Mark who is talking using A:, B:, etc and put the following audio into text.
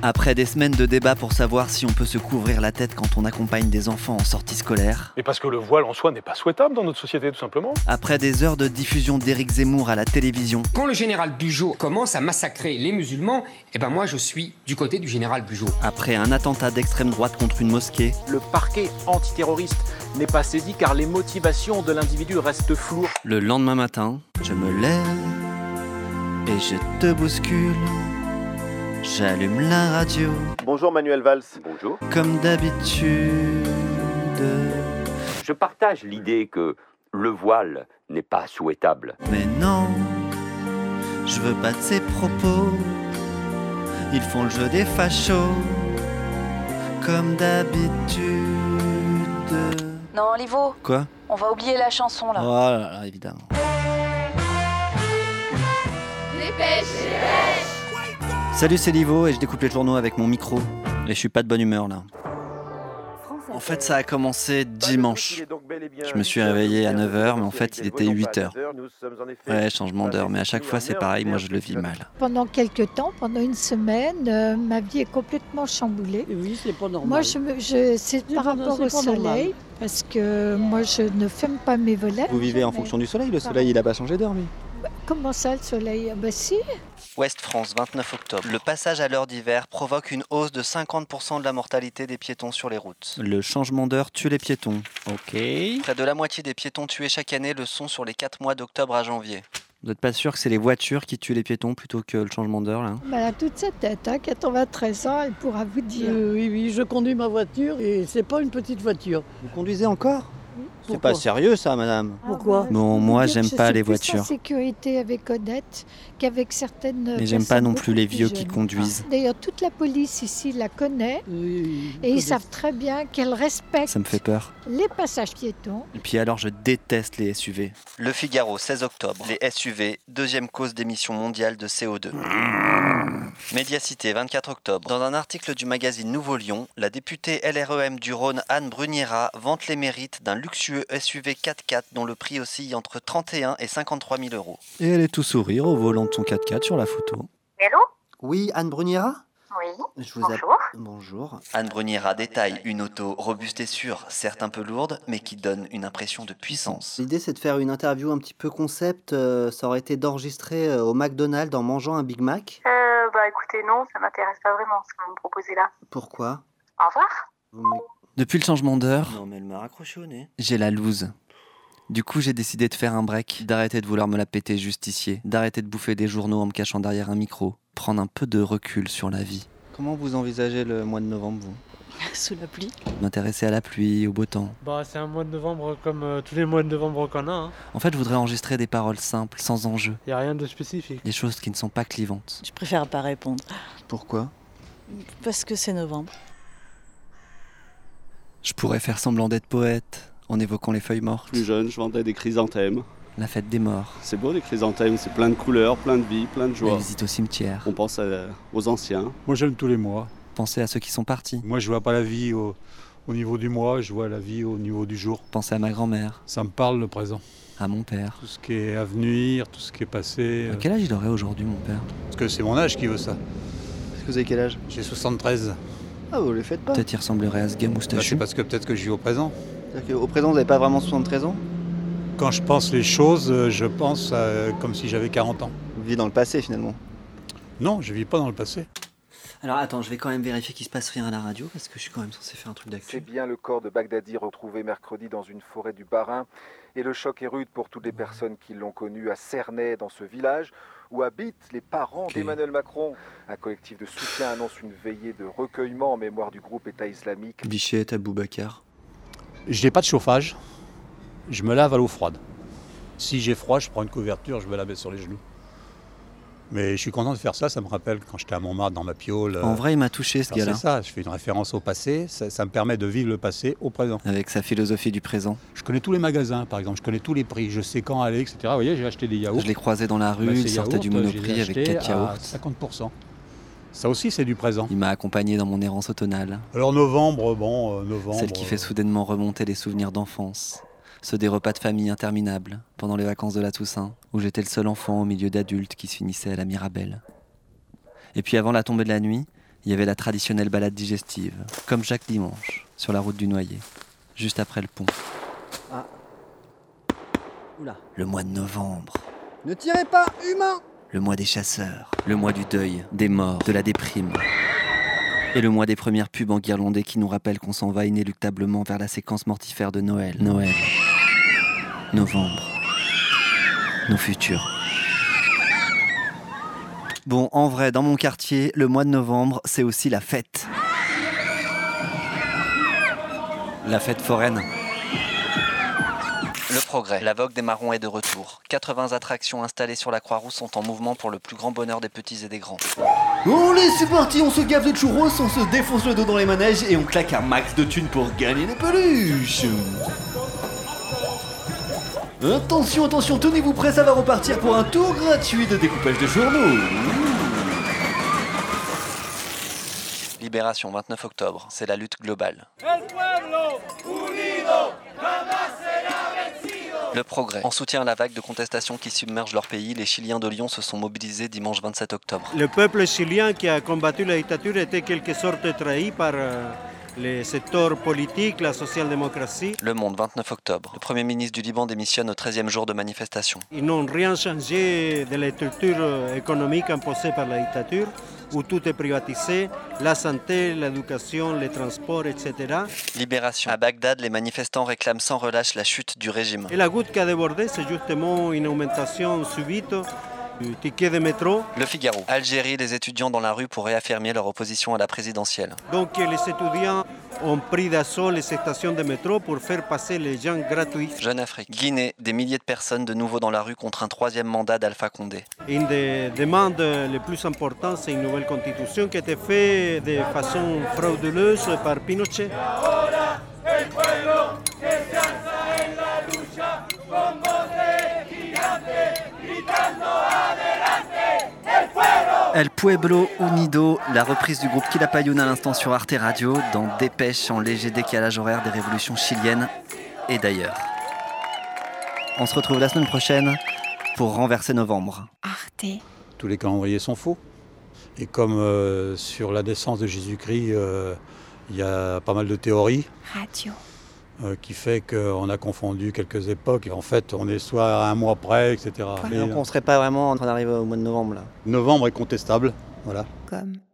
A: Après des semaines de débats pour savoir si on peut se couvrir la tête quand on accompagne des enfants en sortie scolaire,
B: Et parce que le voile en soi n'est pas souhaitable dans notre société, tout simplement.
A: après des heures de diffusion d'Éric Zemmour à la télévision,
C: Quand le général Bugeaud commence à massacrer les musulmans, eh ben moi je suis du côté du général Bugeaud.
A: après un attentat d'extrême droite contre une mosquée,
D: Le parquet antiterroriste n'est pas saisi car les motivations de l'individu restent floues.
A: le lendemain matin, je me lève et je te bouscule. J'allume la radio
E: Bonjour Manuel Valls.
F: Bonjour.
A: comme d'habitude.
F: Je partage l'idée que le voile n'est pas souhaitable.
A: Mais non, je veux pas de ces propos. Ils font le jeu des fachos, comme d'habitude.
G: Non, Livo,
A: Quoi
G: on va oublier la chanson
A: Oh
G: là.
A: là là, évidemment. Salut, c'est Livo et je découpe les journaux avec mon micro. Et je suis pas de bonne humeur là. En fait, ça a commencé dimanche. Je me suis réveillé à 9h, mais en fait, il était 8h. Ouais, changement d'heure, mais à chaque fois c'est pareil, moi je le vis mal.
H: Pendant quelques temps, pendant une semaine, euh, ma vie est complètement chamboulée.
I: Oui, c'est pas normal.
H: Moi, je me- je- c'est
I: C'est
H: par
I: pas-
H: rapport
I: c'est
H: au
I: pas normal.
H: soleil, parce que moi, je ne ferme pas mes volets. Mais
A: du soleil, le
H: soleil,
A: il a pas changé d'heure, lui.
H: Comment ça, le soleil Ah Bah si,
A: Ouest France, 29 octobre. Le passage à l'heure d'hiver provoque une hausse de 50% de la mortalité des piétons sur les routes. Le changement d'heure tue les piétons.
I: Ok.
A: Près de la moitié des piétons tués chaque année le sont sur les 4 mois d'octobre à janvier. Vous n'êtes pas sûr que c'est les voitures qui tuent les piétons plutôt que le changement d'heure là
H: elle a toute sa tête, hein, 93 ans, elle pourra vous dire.
I: Euh, oui, oui, je conduis ma voiture et c'est pas une petite voiture.
A: Vous conduisez encore
I: C'est pas Pourquoi
A: sérieux ça, madame.
I: Pourquoi
A: Bon,
H: Ah Vous
A: moi,
H: dire que
A: j'aime
H: je
A: pas
H: suis
A: les
H: plus en
A: voitures.
H: sécurité avec Odette qu'avec certaines.
A: Mais j'aime pas
H: personnes
A: non plus les
H: beaucoup plus
A: vieux qui
H: jeunes. Ah.
A: conduisent.
H: D'ailleurs, toute la police ici la connaît
I: Oui, oui,
H: et ils
I: oui.
H: savent très bien qu'elle respecte
A: Ça me fait peur.
H: les passages piétons.
A: Et puis alors, je déteste les SUV. Le Figaro, 16 octobre. Les SUV, deuxième cause d'émission mondiale de CO2. Mmh. Médiacité, 24 octobre. Dans un article du magazine Nouveau Lyon, la députée LREM du Rhône, Anne Bruniera, vante les mérites d'un luxueux SUV 4x4 dont le prix oscille entre 31 et 53 000 euros. Et elle est tout sourire au volant de son 4x4 sur la photo.
J: Allô
A: Oui, Anne Bruniera
J: Oui,
A: Je vous
J: bonjour.
A: Bonjour. Anne Bruniera détaille une auto robuste et sûre, certes un peu lourde, mais qui donne une impression de puissance.
K: L'idée, c'est de faire une interview un petit peu concept. euh, ça aurait été d'enregistrer euh, au McDonald's en mangeant un Big Mac.
J: Euh, bah écoutez, non, ça m'intéresse pas vraiment ce que vous me proposez là.
K: Pourquoi
J: Au revoir.
K: Vous me-
A: Depuis le changement d'heure,
F: Non, mais elle m'a raccroché au nez.
A: j'ai la loose. Du coup, j'ai décidé de faire un break, d'arrêter de vouloir me la péter justicier, d'arrêter de bouffer des journaux en me cachant derrière un micro, prendre un peu de recul sur la vie.
K: Comment vous envisagez le mois de novembre, vous
I: Sous la pluie.
A: M'intéresser à la pluie, au beau temps.
I: Bah, c'est un mois de novembre comme euh, tous les mois de novembre qu'on a. Hein.
A: En fait, je voudrais enregistrer des paroles simples, sans enjeu,
I: Y a rien de spécifique.
A: des choses qui ne sont pas clivantes.
I: Je préfère pas répondre
K: Pourquoi
I: parce que c'est novembre.
A: Je pourrais faire semblant d'être poète, en évoquant les feuilles mortes,
L: Plus jeune, je vendais des chrysanthèmes.
A: la fête des morts,
L: C'est beau les chrysanthèmes, c'est plein de couleurs, plein de vie, plein de
A: la
L: joie.
A: visite au cimetière.
L: On pense à- aux anciens.
B: Moi, j'aime tous les mois.
A: Pensez à ceux qui sont partis.
B: Moi, je vois pas la vie au, niveau du mois, je vois la vie au niveau du jour.
A: Pensez à ma grand-mère,
B: Ça me parle, le présent.
A: à mon père.
B: Tout ce qui est à venir, tout ce qui est passé.
A: À quel âge il aurait aujourd'hui, mon père
B: Parce que c'est mon âge qui veut ça.
K: Parce que vous avez quel âge
B: J'ai 73.
K: Ah, vous le faites pas.
A: Peut-être il ressemblerait à ce gars
B: Bah, c'est
A: moustachu.
B: parce que peut-être que je vis au présent.
K: C'est-à-dire qu'au présent, vous n'avez pas vraiment 73 ans
B: Quand je pense les choses, euh, je pense euh, comme si j'avais 40 ans.
K: Vous vivez dans le passé, finalement.
B: Non, je vis pas dans le passé.
K: Alors, attends, je vais quand même vérifier qu'il se passe rien à la radio, parce que je suis quand même censé faire un truc
E: C'est bien le corps de Bagdadi retrouvé mercredi dans une forêt du Bas-Rhin. Et le choc est rude pour toutes les personnes qui l'ont connu à Cernay, dans ce village, où habitent les parents
A: Ok.
E: d'Emmanuel Macron. Un collectif de soutien annonce une veillée de recueillement en mémoire du groupe État islamique.
A: Bichette, Aboubacar.
B: Je n'ai pas de chauffage. Je me lave à l'eau froide. Si j'ai froid, je prends une couverture, je me la mets sur les genoux. Mais je suis content de faire ça, ça me rappelle quand j'étais à Montmartre dans ma piole. euh,
A: En vrai, il m'a touché, ce
B: alors c'est
A: gars-là,
B: ça, je fais une référence au passé, ça, ça me permet de vivre le passé au présent.
A: avec sa philosophie du présent.
B: Je connais tous les magasins, par exemple, je connais tous les prix, je sais quand aller, etc. Vous voyez, j'ai acheté des yaourts.
A: Je l'ai croisé dans la rue,
B: Bah, ces
A: il sortait
B: yaourts,
A: du
B: je les ai
A: Monoprix avec
B: achetés
A: 4
B: à
A: yaourts.
B: 50%. Ça aussi, c'est du présent.
A: Il m'a accompagné dans mon errance automnale,
B: Alors novembre, bon, euh, novembre.
A: celle qui fait
B: euh,
A: soudainement remonter les souvenirs d'enfance, ceux des repas de famille interminables, pendant les vacances de la Toussaint, où j'étais le seul enfant au milieu d'adultes qui se finissaient à la Mirabelle. Et puis avant la tombée de la nuit, Il y avait la traditionnelle balade digestive, comme Jacques Dimanche, sur la route du Noyer, juste après le pont.
K: Ah. Oula.
A: Le mois de novembre,
K: Ne tirez pas, humain
A: le mois des chasseurs, le mois du deuil, des morts, de la déprime. Et le mois des premières pubs en guirlandais qui nous rappellent qu'on s'en va inéluctablement vers la séquence mortifère de Noël. Noël. Novembre. Nos futurs. Bon, en vrai, dans mon quartier, le mois de novembre, c'est aussi la fête. La fête foraine. Le progrès. La vogue des marrons est de retour. 80 attractions installées sur la Croix-Rousse sont en mouvement pour le plus grand bonheur des petits et des grands.
K: On les c'est parti, on se gave de churros, on se défonce le dos dans les manèges et on claque un max de thunes pour gagner des peluches. Attention, attention, tenez-vous prêts, ça va repartir pour un tour gratuit de découpage de journaux.
A: Libération 29 octobre, c'est la lutte globale. Le progrès. En soutien à la vague de contestation qui submerge leur pays, les Chiliens de Lyon se sont mobilisés dimanche 27 octobre.
M: Le peuple chilien qui a combattu la dictature était quelque sorte trahi par euh, les secteurs politiques, la social-démocratie.
A: Le Monde, 29 octobre. Le Premier ministre du Liban démissionne au 13e jour de manifestation.
M: Ils n'ont rien changé de la structure euh, économique imposée par la dictature, où tout est privatisé, la santé, l'éducation, les transports, etc.
A: Libération. À Bagdad, les manifestants réclament sans relâche la chute du régime.
M: Et la goutte qui a débordé, c'est justement une augmentation subite du ticket de métro.
A: Le Figaro. Algérie, les étudiants dans la rue pour réaffirmer leur opposition à la présidentielle.
M: Donc les étudiants ont pris d'assaut les stations de métro pour faire passer les gens gratuits.
A: Jeune Afrique. Guinée, des milliers de personnes de nouveau dans la rue contre un troisième mandat d'Alpha Condé.
M: Une des demandes les plus importantes, c'est une nouvelle constitution qui a été faite de façon frauduleuse par Pinochet.
A: El Pueblo Unido, la reprise du groupe Quilapayún à l'instant sur Arte Radio, dans Dépêche en léger décalage horaire des révolutions chiliennes et d'ailleurs. On se retrouve la semaine prochaine pour renverser novembre.
B: Tous les calendriers sont faux. Et comme euh, sur la naissance de Jésus-Christ, euh, il y a pas mal de théories
N: Radio.
B: euh, qui fait qu'on a confondu quelques époques. Et en fait, on est soit à un mois près, etc.
K: Mais
B: Mais,
K: donc on serait pas vraiment en train d'arriver au mois de novembre là.
B: euh, novembre est contestable. Voilà.
N: Comme.